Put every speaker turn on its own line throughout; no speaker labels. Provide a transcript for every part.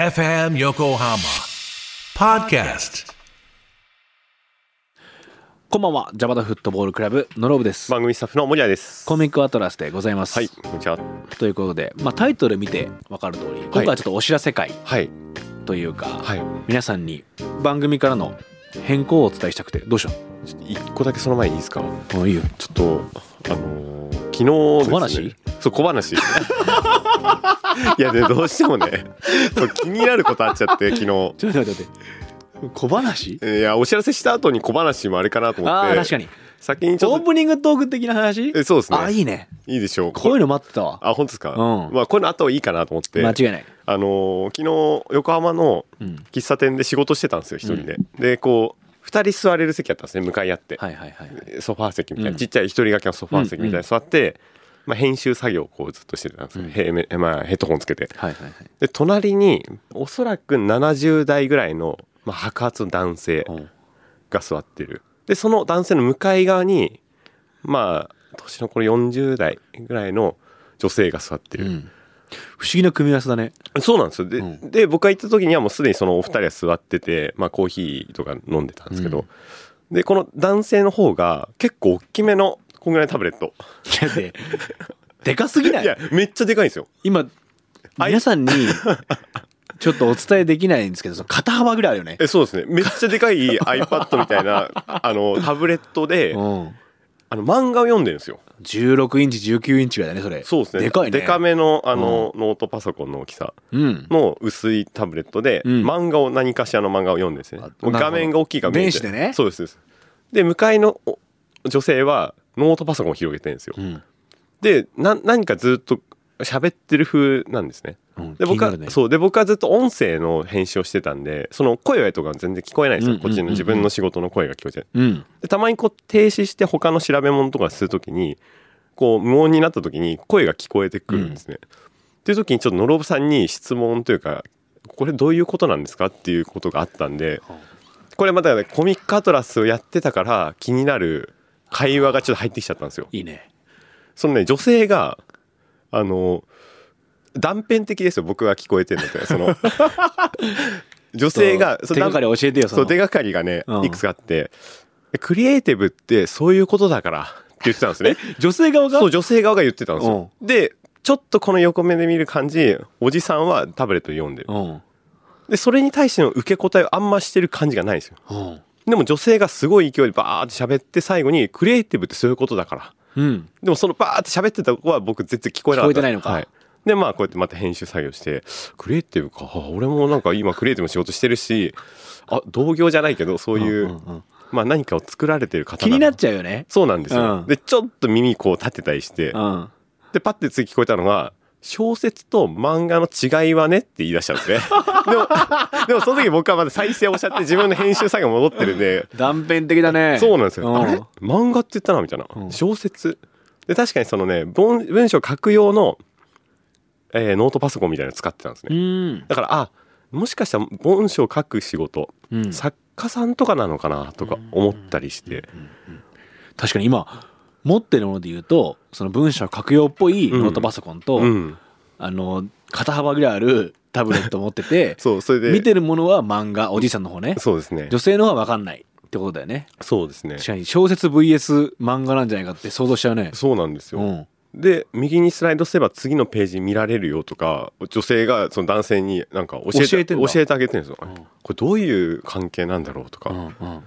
FM Yokohama Podcast.
こんばんは、ジャパダフットボールクラブのロブです。
番組スタッフの森谷です。
コミックアトラスでございます。
はい、こんにちは。
ということで、まあ、タイトル見てわかる通り、今回はちょっとお知らせ会
はい、
というか、
はい。
皆さんに番組からの変更をお伝えしたくて、どうし
ちょっと一個だけその前にいいですか。
たのあいいよ。
ちょっと、あのー昨日小
小話
そう、小話。いや、で、どうしてもね、そう気になることあっちゃって、昨日。
ちょっと待って待って。小話
いや、お知らせした後に小話もあれかなと思
ああ、
って。
確かに。
先にちょ
オ
っ
ープニングトーク的な話
と。え、そうですね。
あ、
い
いいね。
いでしょう。
こういうの待ってたわ。
あ、本当ですか。
うん
まあ、こういうのあった方がいいかなと思って。
間違いない。
あのー昨日横浜の
うん。
喫茶店で仕事してたんですよ、一人で。で、こう、二人座れる席あったんですね、向かい合って。
はいはいはい。
ソファー席みたいな、
うん
ちっちゃい一人掛けのソファー席みたい
うん
な座って、まあ、編集作業をこうずっとしてたんですよ、
うん
へめまあ、ヘッドホンつけて
はいはいはい。
で隣におそらく70代ぐらいの、まあ、白髪の男性
うん
が座ってるでその男性の向かい側にまあ年のこれ40代ぐらいの女性が座って
う
る、
ん。不思議な組み合わせだね。
そうなんですよで,、
うん
で僕が行った時にはもうすでにそのお二人は座ってて、まあ、コーヒーとか飲んでたんですけど、でこの男性の方が結構大きめのこんぐらいのタブレット
だって、でかすぎない
いや、めっちゃでかいんですよ。
今
あい
皆さんにちょっとお伝えできないんですけどその肩幅ぐらいあるよね、
え、そうですね。めっちゃ でかい iPad みたいな、あの、タブレットで、
うん、
あの、漫画を読んでるんですよ。
16インチ19インチぐらいだねそれ
そうですね。
でかいね
でかめの、あの、ノートパソコンの大きさ
うん
の薄いタブレットで、
うん
漫画を、何かしらの漫画を読んでるんですね
あなる。ほ
もう
ど
画面が大きい画面
電子でね
そうです。そうですで、向かいのお女性は、ノートパソコンを広げてるんですよ
う。ん、
で、な、何かずっと喋ってる風なんですね。
うん、
で
気に
僕
な
は、
るね
そうで僕はずっと音声の編集をしてたんでその声とか全然聞こえないんですよ、
うんうんうんうん
こっちの自分の仕事の声が聞こえちゃう
うん
でたまにこう停止して他の調べ物とかするときにこう無音になったときに声が聞こえてくるんですね、っていう時にちょっとのろぶさんに質問というかこれどういうことなんですかっていうことがあったんでこれまたねコミックアトラスをやってたから気になる会話がちょっと入ってきちゃったんですよ
いいね
そのね女性があの断片的ですよ僕が聞こえてるのって その女性が
そう手がかり教えてよそ
そ
の
う手がかりがね
うん
いくつかあって、クリエイティブってそういうことだからって言ってたんですね
女性側が
そう女性側が言ってたんですよ、でちょっとこの横目で見る感じおじさんはタブレットで読んでる
うん
でそれに対しての受け答えをあんましてる感じがないんですよ
うん
でも女性がすごい勢いでバーって喋って最後にクリエイティブってそういうことだから
うん
でもそのバーって喋ってた子は僕全然聞こえなかった
聞こえてないのか
はい、でまあこうやってまた編集作業してクリエイティブかあ俺もなんか今クリエイティブの仕事してるしあ同業じゃないけどそういう、
うんうんうん
まあ、何かを作られてる方
気になっ
の
ちゃうよね
そうなんですよ、
うん
でちょっと耳こう立てたりして
うん
でパッて次聞こえたのが小説と漫画の違いはねって言い出したんですねでもでもその時僕はまだ再生をしちゃって自分の編集作業戻ってるんで
断片的だね
そうなんですよ。
ん
あれ漫画って言ったなみたいな
う。ん
小説。で、確かにそのね、文文章書く用の、えーノートパソコンみたいなの使ってたんです
う
ね。
ん
だから、あ、もしかしたら文章書く仕事、
うん
作家さんとかなのかなとか思ったりして。
確かに今持ってるもので言うとその文章書く用っぽいノートパソコンと、
うん。
あの肩幅ぐらいあるタブレット持ってて
そう、それで。
見てるものは漫画おじいさんの方ね
そうですね。
女性の方は分かんないってことだよね
そうですね
確。かに小説 VS 漫画なんじゃないかって想像しちゃうね
そうなんです
う
よ。
ん
で、右にスライドすれば次のページ見られるよとか、女性がその男性になんか教え
教え
て、
てんだ
教えてあげてるんですよ。
ん
これどういう関係なんだろうとか。
うんうんう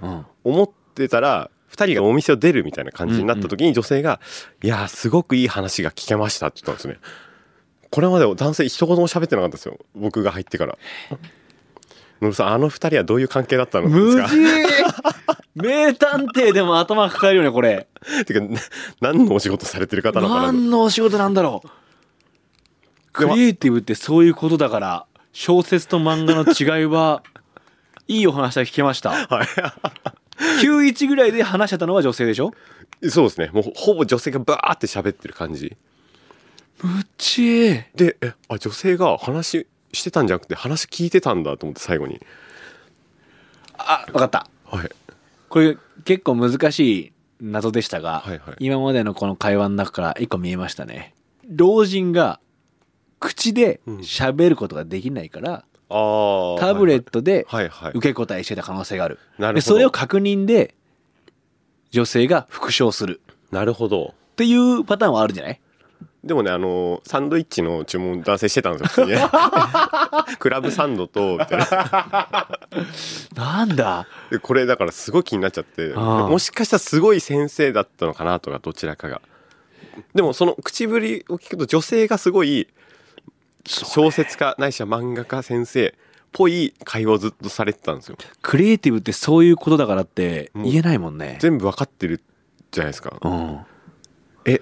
ん
思ってたら2人がお店を出るみたいな感じになった時に女性が「いやーすごくいい話が聞けました」って言ったんですねこれまで男性一言も喋ってなかったんですよ僕が入ってから「のるさんあの2人はどういう関係だったのです
無
か?」
事名探偵でも頭抱えるよねこれ
てかな何のお仕事されてる方なのかな
何のお仕事なんだろうク
でも
リエイティブってそういうことだから小説と漫画の違い はいいお話が聞けました
は
91ぐらいで話してたのは女性でしょ
いそうですねもうほぼ女性がバーって喋ってる感じ
むっちー
でえあ女性が話してたんじゃなくて話聞いてたんだと思って最後に
あ分かった
はい
これ結構難しい謎でしたが、
はいはい
今までのこの会話の中から一個見えましたね老人が口で喋ることができないから、
あー
タブレットで
はいはい
受け答えしてた可能性がある,、
なるほど
でそれを確認で女性が復唱する
なるほど
っていうパターンはあるじゃない
でもねあのサンドイッチの注文男性してたんですよ普通にね クラブサンドとみたいな
なんだ
でこれだからすごい気になっちゃって
あー
もしかしたらすごい先生だったのかなとかどちらかがでもその口ぶりを聞くと女性がすごい小説家ないしは漫画家先生っぽい会話をずっとされてたんですよ
クリエイティブってそういうことだからって
うん
言えないもんね、
全部わかってるじゃないですか
うん、
え誰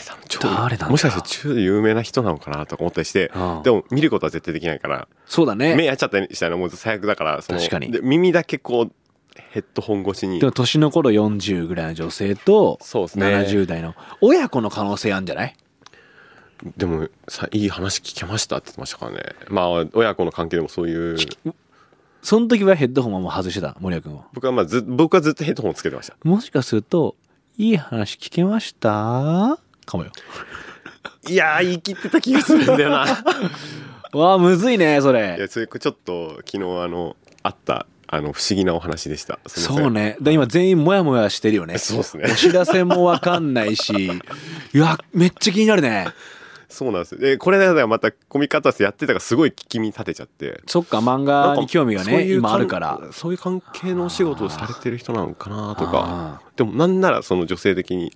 だの超
誰なんだ
もしかして超有名な人なのかなとか思ったりして、
うん
でも見ることは絶対できないから
そうだね
目やっちゃったりしたらもう最悪だからその
確かに
で耳だけこうヘッドホン越しに
でも年の頃40ぐらいの女性と
そうっすね
70代の親子の可能性あるんじゃない
でもさいい話聞けましたって言ってましたからねまあ親子の関係でもそういう
その時はヘッドホンはもう外してた森谷君は
僕はまあず僕はずっとヘッドホンつけてました
もしかするといい話聞けましたかもよ
いやー言い切ってた気がするんだよ ない
わあむずいねそれ
やそれちょっと昨日あのあったあの不思議なお話でしたすいません
そうねだ今全員モヤモヤしてるよね
そうっすね
お知らせもわかんないしいやめっちゃ気になるね
そうなんですよでこれだからまたコミカタスやってたからすごい聞き身立てちゃって
そっか漫画に興味が
なんそう
ね
いう
今あるから
そういう関係のお仕事をされてる人なのかなと
あ
かでもなんならその女性的に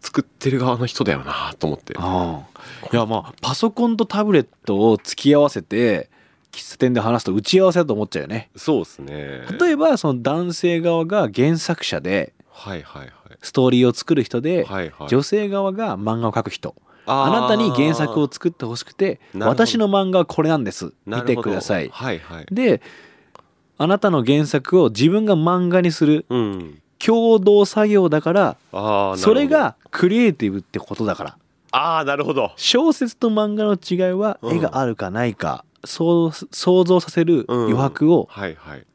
作ってる側の人だよなと思って
ああいやまあパソコンとタブレットを突き合わせて喫茶店で話すと打ち合わせだと思っちゃうよね
そうですね
例えばその男性側が原作者で
はいはいは
ストーリーを作る人で、
いはいはい
女性側が漫画を描く人
あ
あ
ー
なたに原作を作ってほしくて
なるほど
私の漫画はこれなんです
な
見
る
て
ほど
ください
はいはい
であなたの原作を自分が漫画にする
うん
共同作業だから
ああ
それがクリエイティブってことだから
ああなるほど
小説と漫画の違いは
うん
絵があるかないか、想像想像させる
うん
余白を
はいはい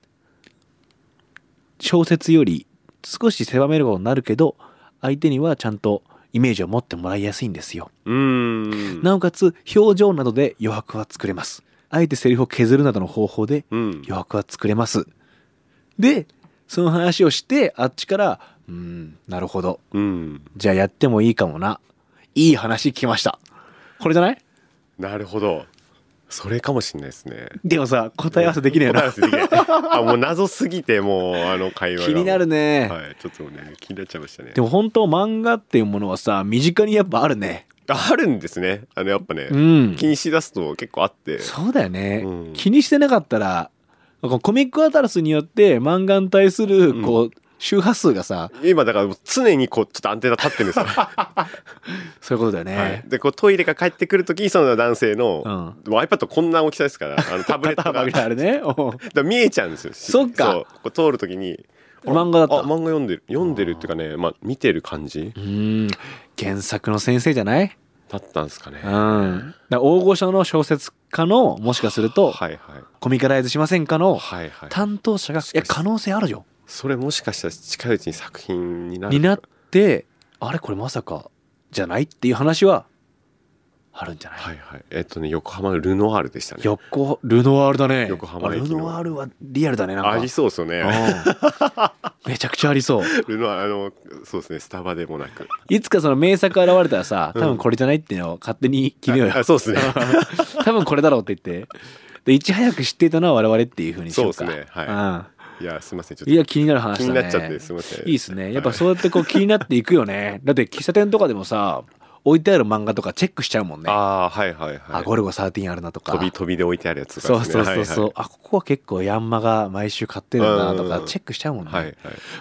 小説より少し狭めることになるけど相手にはちゃんとイメージを持ってもらいやすいんですよ、
うーん
なおかつ表情などで余白は作れますあえてセリフを削るなどの方法で
うん
余白は作れますでその話をしてあっちから「うーんなるほど
うん
じゃあやってもいいかもないい話聞きました」これじゃない
なるほどそれかもしれないですね
でもさ答え合わせできねえ
答え合
な
わせできないあもう謎すぎてもうあの会話が
気になるね、
はいちょっとね気になっちゃいましたね
でも本当漫画っていうものはさ身近にやっぱあるね
あるんですねあのやっぱね、
うん
気にしだすと結構あって
そうだよね、
うん
気にしてなかったらこのコミックアタラスによって漫画に対す
う
る
ん
こう、周波数がさ
今だからもう常にこうちょっとアンテナ立ってるんですよ、は
そういうことだよ ね、
い、でこうトイレが帰ってくる時にその男性の、
うん
もう iPad こんな大きさですから あのタブレット
肩
が
幅が
だか
あるねおう
ら見えちゃうんですよ
そっか
うこう通る時に あ
漫画だった
あ漫画読んでる読んでるっていうかね、まあ、見てる感じ
うん原作の先生じゃない
だったんですかね、
うんだから大御所の小説家のもしかすると
はいはい
コミカライズしませんかの
はいはい
担当者がいや可能性あるよ
それもしかしたら近いうちに作品になる
になってあれこれまさかじゃないっていう話はあるんじゃない、
はいはいえっとね横浜のルノアールでしたね
横ルノワールだね
横浜
あ
駅
ル
の
ノワールはリアルだねなんか
ありそうですよ
う
ね
んめちゃくちゃありそう
ルノアあのそうですねスタバでもなく
いつかその名作現れたらさ多分これじゃないっていうのを勝手に決めようよ
ああそうですね
多分これだろうって言ってでいち早く知っていたのは我々っていう ふうにしようか
そうですねはいいやすいませんちょ
うんい
っ
や気になる話だ
と気
ね
になっちゃってすいません
いいですねやっぱそうやってこう気になっていくよねだって喫茶店とかでもさ置いてある漫画とかチェックしちゃうもんねあ,、
ああはいはいはい
ゴルゴ13あるなとか
飛び飛びで置いてあるやつと
そ
か
う
ですね
そうそうそう、
はい
あここは結構ヤンマが毎週買ってるんだなと
うんうん
か
うん
チェックしちゃうもんね、
はいはい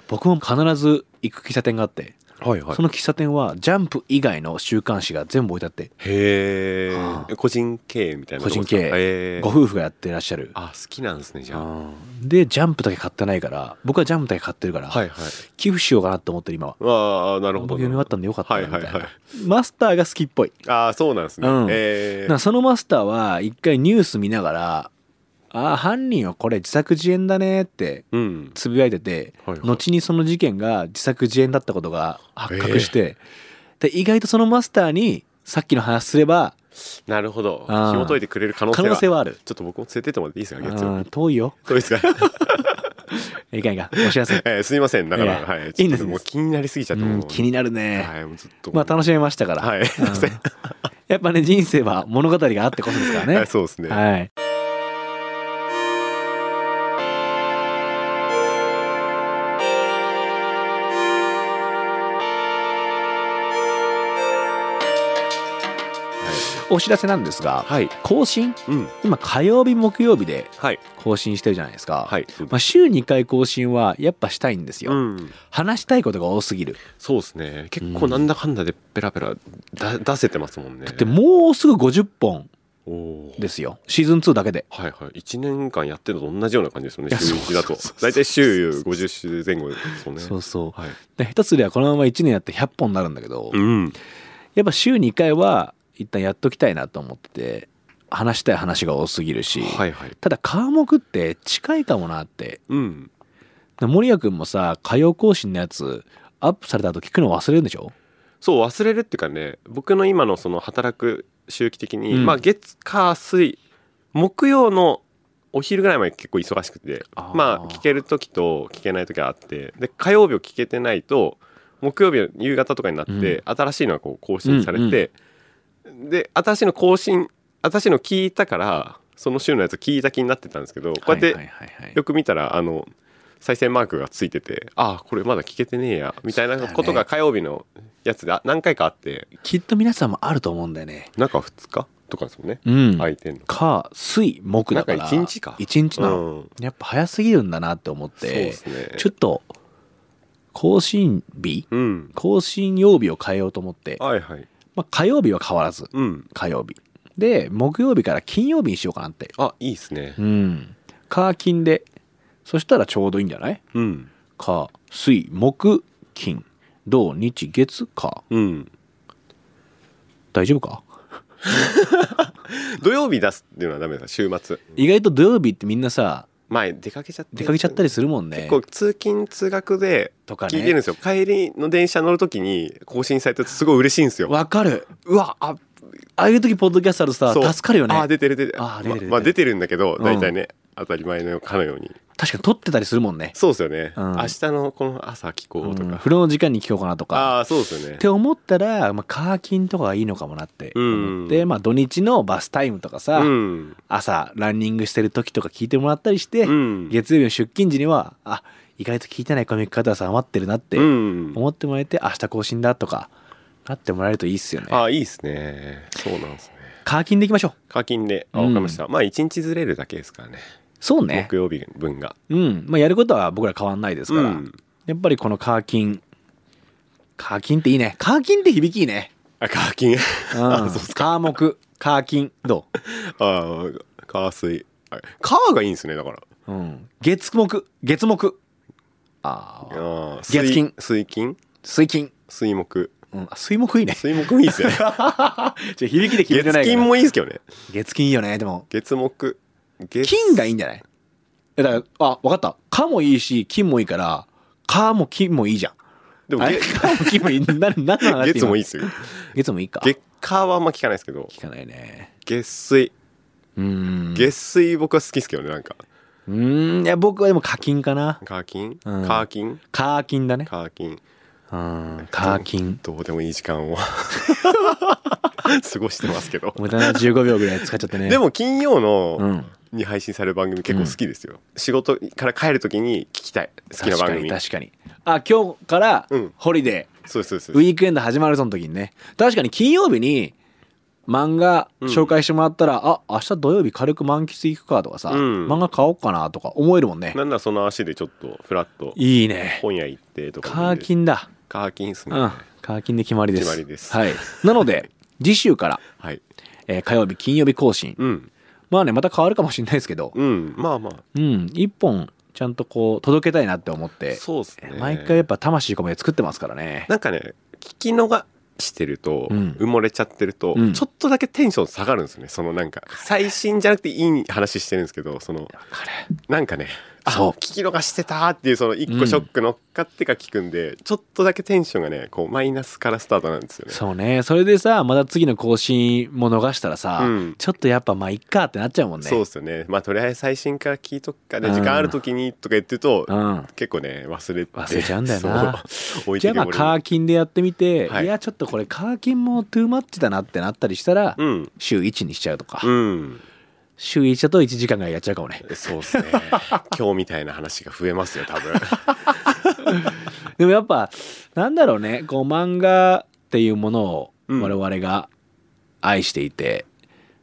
僕も必ず行く喫茶店があって、
はいはい
その喫茶店はジャンプ以外の週刊誌が全部置いてあって
へ
は
え個人経営みたいな
個
とこ
人
ですか
経
へ
営
ー
ご夫婦がやってらっしゃる
あ好きなんですねじゃあ
うんでジャンプだけ買ってないから僕はジャンプだけ買ってるから、
はいはい
寄付しようかなと思ってる今は
ああなるほ
僕
ど
読み終わったんでよかったなみたいな、
はいはいは
マスターが好きっぽい
ああそうなんですね
うん
え
なんかそのマスターは一回ニュース見ながら「ああ犯人はこれ自作自演だね」って
うん
つぶやいてて、
はいはい
後にその事件が自作自演だったことが発覚して、で意外とそのマスターにさっきの話すれば
なるほど
あー
紐解いてくれる可能性
可
は
能性はある
ちょっと僕も連れてってもらっていいですか月曜
あ
日
ー遠いよ
どうですか
いかんいかんお知らせ、
えーすいませんだから、
いや
はい
いいんです
ちょっともう気になりすぎちゃって
う
も
ん、気になるね、
はいもうずっと
まあ楽しめましたから、
はい
うんやっぱね人生は物語があってこそですからね
あ そうですね
はいお知らせなんですが、
はい
更新
うん
今火曜日木曜日で
はい
更新してるじゃないですか、
はい
まあ、週2回更新はやっぱしたいんですよ、
うん
話したいことが多すぎる
そうですね結構なんだかんだでペラペラだ出せてますもんね
でもうすぐ50本
おおー
ですよシーズン2だけで
はいはい1年間やってるのと同じような感じです
い
よね
や
週1だと
そうそうそうそう
大体週50週前後ですよね
そうそう
はい
で下手すりゃこのまま1年やって100本になるんだけど、
うん
やっぱ週2回は一旦やっときたいなと思ってて話したい話が多すぎるし、
はいはい
ただ科目って近いかもなって
うん
森谷君もさ火曜更新のやつアップされた後聞くの忘れるんでしょ
そう忘れるっていうかね僕の今のその働く周期的に、
うん
まあ月火水木曜のお昼ぐらいまで結構忙しくて
あー
まあ聞ける時と聞けない時があってで火曜日を聞けてないと木曜日の夕方とかになって、
うん
新しいのがこう更新されて、で新しいの更新新しいの聞いたからその週のやつ聞いた気になってたんですけどこうやって
はいはいはいはい
よく見たらあの再生マークがついててああこれまだ聞けてねえやみたいなことが火曜日のやつであ何回かあって
きっと皆さんもあると思うんだよね
中2日とかですもんね
うん、
空いてんの
火水木だから
なんか一日か
一日なの、
うん
やっぱ早すぎるんだなって思っ
そう
て
ですね
ちょっと更新日
うん
更新曜日を変えようと思って、
はいはい
まあ、火曜日は変わらず
うん
火曜日で木曜日から金曜日にしようかなって
あいいですね
うん火金でそしたらちょうどいいんじゃない
うん
火水木金土日月火
うん
大丈夫か
土曜日出すっていうのはダメだ週末
意外と土曜日ってみんなさ
前出かけちゃって
出かけちゃったりするもんね
結構通勤通学で
とか
聞いてるん
ね
ですよ、帰りの電車乗るときに更新されてるとすごい嬉しいんですよ
わかる
うわあ
ああいう時ポッドキャストあると
そう
さ助かるよね
あー出てる出てる
あー出てる出てる
ままあ出てるんだけど
うん
大体ね、当たり前のかのように
確かに撮ってたりするもんね、
そうですよね、
うん
明日のこの朝聞こ
う、
うんとか、
風呂の時間に聞こうかなとか
ああそうですよね
って思ったら、まあ、カーキンとかがいいのかもなって思って、
うん
まあ、土日のバスタイムとかさ、
うん
朝ランニングしてる時とか聞いてもらったりして、
うん
月曜日の出勤時にはあ意外と聞いてないコミックカタさん余ってるなって
うん
思ってもらえて、明日更新だとかなってもらえるといいっすよね
ああいいですねそうなんですね
カーキンでいきましょう
課金であ
うん
わかりました、まあ一日ずれるだけですからね
そうね
木曜日分が
うん、まあ、やることは僕ら変わんないですから、
うん
やっぱりこのカーキンカーキンっていいねカーキンって響きいい ね、
あ課
う
金
ん、カー木カーキンど
ああ火水あ火がいいんですねだから
う、うん、月木月木ああ
ああ
月金
水金
水金、
水木
うん、あ水木いい ね
水木もいいで すよね
じゃ響きで決めてないか
月
ら
金もいいですけどね
月金いいよねでも
月木月
金がいいんじゃないえだからあ分かった「か」もいいし「金」もいいから「か」も「金」もいいじゃん
でも
あれ
月
か」も「金」もいいな何の話
月もいい
い
ですよ
月もいいか
月火はあんま聞かないですけど
聞かないね
月水
うーん
月水僕は好きですけどねなんか
うーんいや僕はでも課金かな
課金
うん
課金
課金だね
課金
うん課金
どうでもいい時間を 過ごしてますけど
無駄な15秒ぐらい使っちゃったね
でも金曜
う
の
ん
に配信される番組結構好きですよ仕事から帰るときに聞きたい好きな番組
確かに確かにあ今日から
うん
ホリデ
そうですそ
ー
う
ウ
です
ィークエンド始まるその時にね確かに金曜日に漫画紹介してもらったら、あ明日土曜日軽く満喫行くかとかさ、
うん
漫画買おうかなとか思えるもんね
なんならその足でちょっとフラッと
いいね
本屋行ってとか
カーキンだ
課金ですね
うんカーキンで決まりです
決まりです
はい、なの で次週から、
はい
えー火曜日金曜日更新
うん
まあねまた変わるかもしれないですけど
うんまあまあ
うん一本ちゃんとこう届けたいなって思って
そうですね
毎回やっぱ魂込めて作ってますからね
なんかね聞き逃してると、
うん
埋もれちゃってると、
うん
ちょっとだけテンション下がるんですよねそのなんか最新じゃなくていい話してるんですけどその
わかる
なんかね
そう
聞き逃してたっていうその一個ショック乗っかってか聞くんで、ちょっとだけテンションがねこうマイナスからスタートなんですよね
そうねそれでさまた次の更新も逃したらさ、
うん
ちょっとやっぱまあいっかってなっちゃうもんね
そうっすよねまあとりあえず最新から聞いとくかで
うん
時間ある時にとか言ってると、
うん
結構ね忘れて
忘れちゃうんだよな
そう置い
じ
て
ゃあ
け
ま
ぼ
あ
りに
カーキンでやってみて、、
はいい
やちょっとこれカーキンもトゥーマッチだなってなったりしたら、
うん
週1にしちゃうとか、
うん
週1だと1時間ぐらいやっちゃうかもね
そうっ すね今日みたいな話が増えますよ多分
でもやっぱなんだろうねこう漫画っていうものを
うん
我々が愛していて、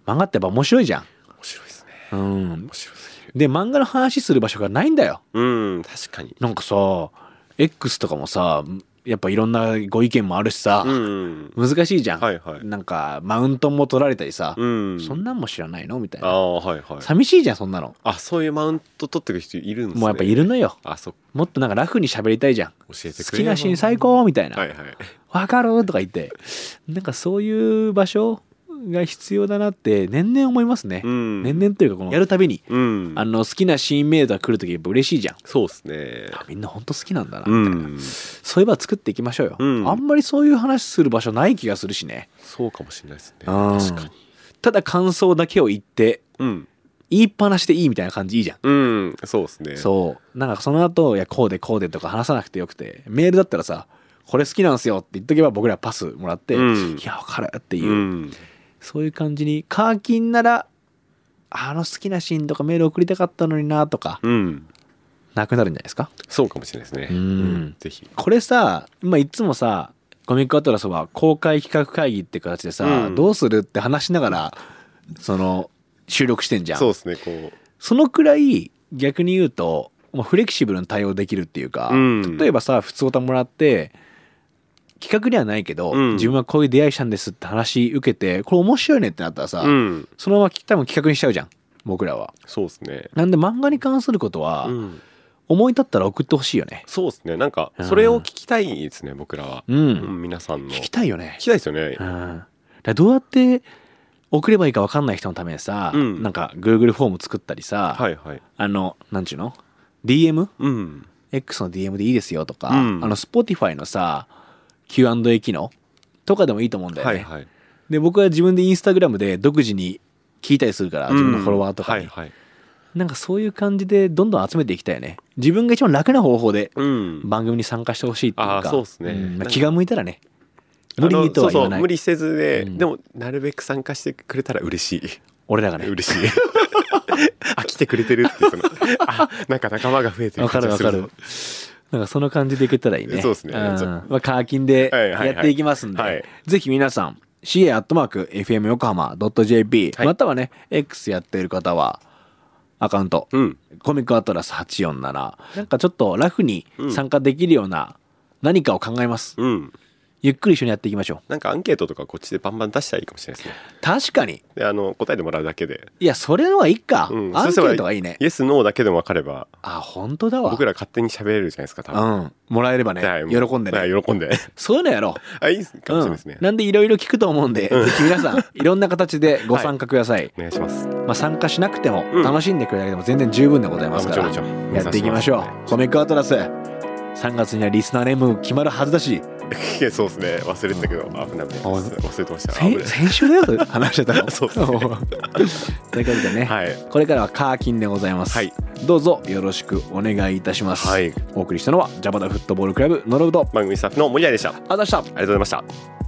漫画ってやっぱ面白いじゃ
面白いですね
ん、うん
面、白すぎる
で漫画の話する場所がないんだよ
うん確かに
なんかさ X とかもさやっぱいろんなご意見もあるしさ、
うん
難しいじゃん、
はいはい
なんかマウントも取られたりさ、
うん
そんなんも知らないのみたい
あ
な
あはいはい
寂しいじゃんそんなの
あそういうマウント取ってくる人いるんですね
もうやっぱいるのよ
あそっか
もっとなんかラフに喋りたいじゃん
教えて
好
くれ
き
よ
なシーン最高みたいな
はいはい
わかるとか言ってなんかそういう場所が必要だなって年々思いますね、
うん
年々というかこのやるたびに、
うん
あの好きなシーンメイトが来るときやっぱ嬉しいじゃん
そうっすね
あみんなほんと好きなんだな、
うん
そういえば作っていきましょうよ、
うん
あんまりそういう話する場所ない気がするしね、
そうかもしれないですね
うん
確かに
ただ感想だけを言って
うん
言いっぱなしでいいみたいな感じいいじゃん、
うんそうですね
そうなんかその後いやこうでこうでとか話さなくてよくてメールだったらさこれ好きなんすよって言っとけば僕らパスもらって、
うん
いやわかるっていう、
ん
そういう感じに、カーキンなら、あの好きなシーンとかメール送りたかったのになとか、
うん
なくなるんじゃないですか。
そうかもしれないですね
うん
ぜひ
これさ、今いつもさ、コミックアトラスは公開企画会議って形でさ、
うん
どうするって話しながら、その、収録してんじゃん。
そう
そ
ですねこう
のくらい、逆に言うと、もうフレキシブルに対応できるっていうか、
うん
例えばさ、普通歌もらって、企画ではないけど、
うん
自分はこういう出会いしたんですって話受けて、これ面白いねってなったらさ、
うん
そのまま多分企画にしちゃうじゃん僕らは
そうですね
なんで漫画に関することは
うん
思い立ったら送ってほしいよね
そうですねなんか
うん
それを聞きたいですね僕らは
うん、
うん皆さんの
聞き
聞
たいよね
きたいですよね
うんだからどうやって送ればいいか分かんない人のためにさ、
うん
なんか Google フォーム作ったりさ、
はいはい
あのなんちゅうの DMX
うん
の DM でいいですよとか、
うん
あの Spotify のさ Q&A 機能とかでもいいと思うんだよ
は
ね、
いはい
で僕は自分で Instagram で独自に聞いたりするから自分のフォロワーとかに、
うんはいはい
なんかそういう感じでどんどん集めていきたいよね。自分が一番楽な方法で
うん
番組に参加してほしいっていうか。
あーそうっすね
ん
なん
まあ、
か
気が向いたらね。無理にとは言わ
あのそうそ
な
う
い。
無理せずで、
うん
でもなるべく参加してくれたら嬉しい
俺らがね。
嬉しい あ来てくれてるってそのあなんか仲間が増えて
わ
る
かるわ
感じがす
か
る
る。なんかその感じでいけたらいいね。
そうっすね
んまあ、カーキンで
はいはいは
や
い
っていきますんで、
はい
ぜひ皆さん、ca.fmyokohama.jp、
はい
またはね、X やっている方は、アカウント、
うん
コミックアトラス847。なんかちょっとラフに参加できるような何かを考えます。
うん
ゆっくり一緒にやっていきましょう。
なんかアンケートとかこっちでバンバン出したらいいかもしれないですね
確かに。
であの答えてもらうだけで、
いや、それのはいいか。
うん、
アンケ
そうす
ー
れ
ト
ば
がいいね。
イエスノーだけでも分かれば
あ、本当だわ。
僕ら勝手に喋れるじゃないですか多分、
うん。もらえればね
はい、
喜んで
は
ね。
い喜んで
そういうのやろう。
あいいっすかもしれないですね
うん、、なんでいろいろ聞くと思うんで、ぜひ皆さ ん、いろんな形でご参加ください。
お願いします
まあ、参加しなくても、
うん
楽しんでくれるだけでも全然十分でございますから、
あもちろんもちろん
やっていきましょ
目指し
う。コミックアトラス、3月にはリスナーネーム決まるはずだし、
いやそうですね忘れてたけど、危ない危ない
あ
忘れてました危
先
ない
先週だよ、それ 話してたの。
そうっすね
ということでね、
はい
これからはカーキンでございます。
はい
どうぞよろしくお願いいたします。
はい
お送りしたのはジャパダフットボールクラブノロブと
番組スタッフの森谷でしたあり
あざした
がとうございました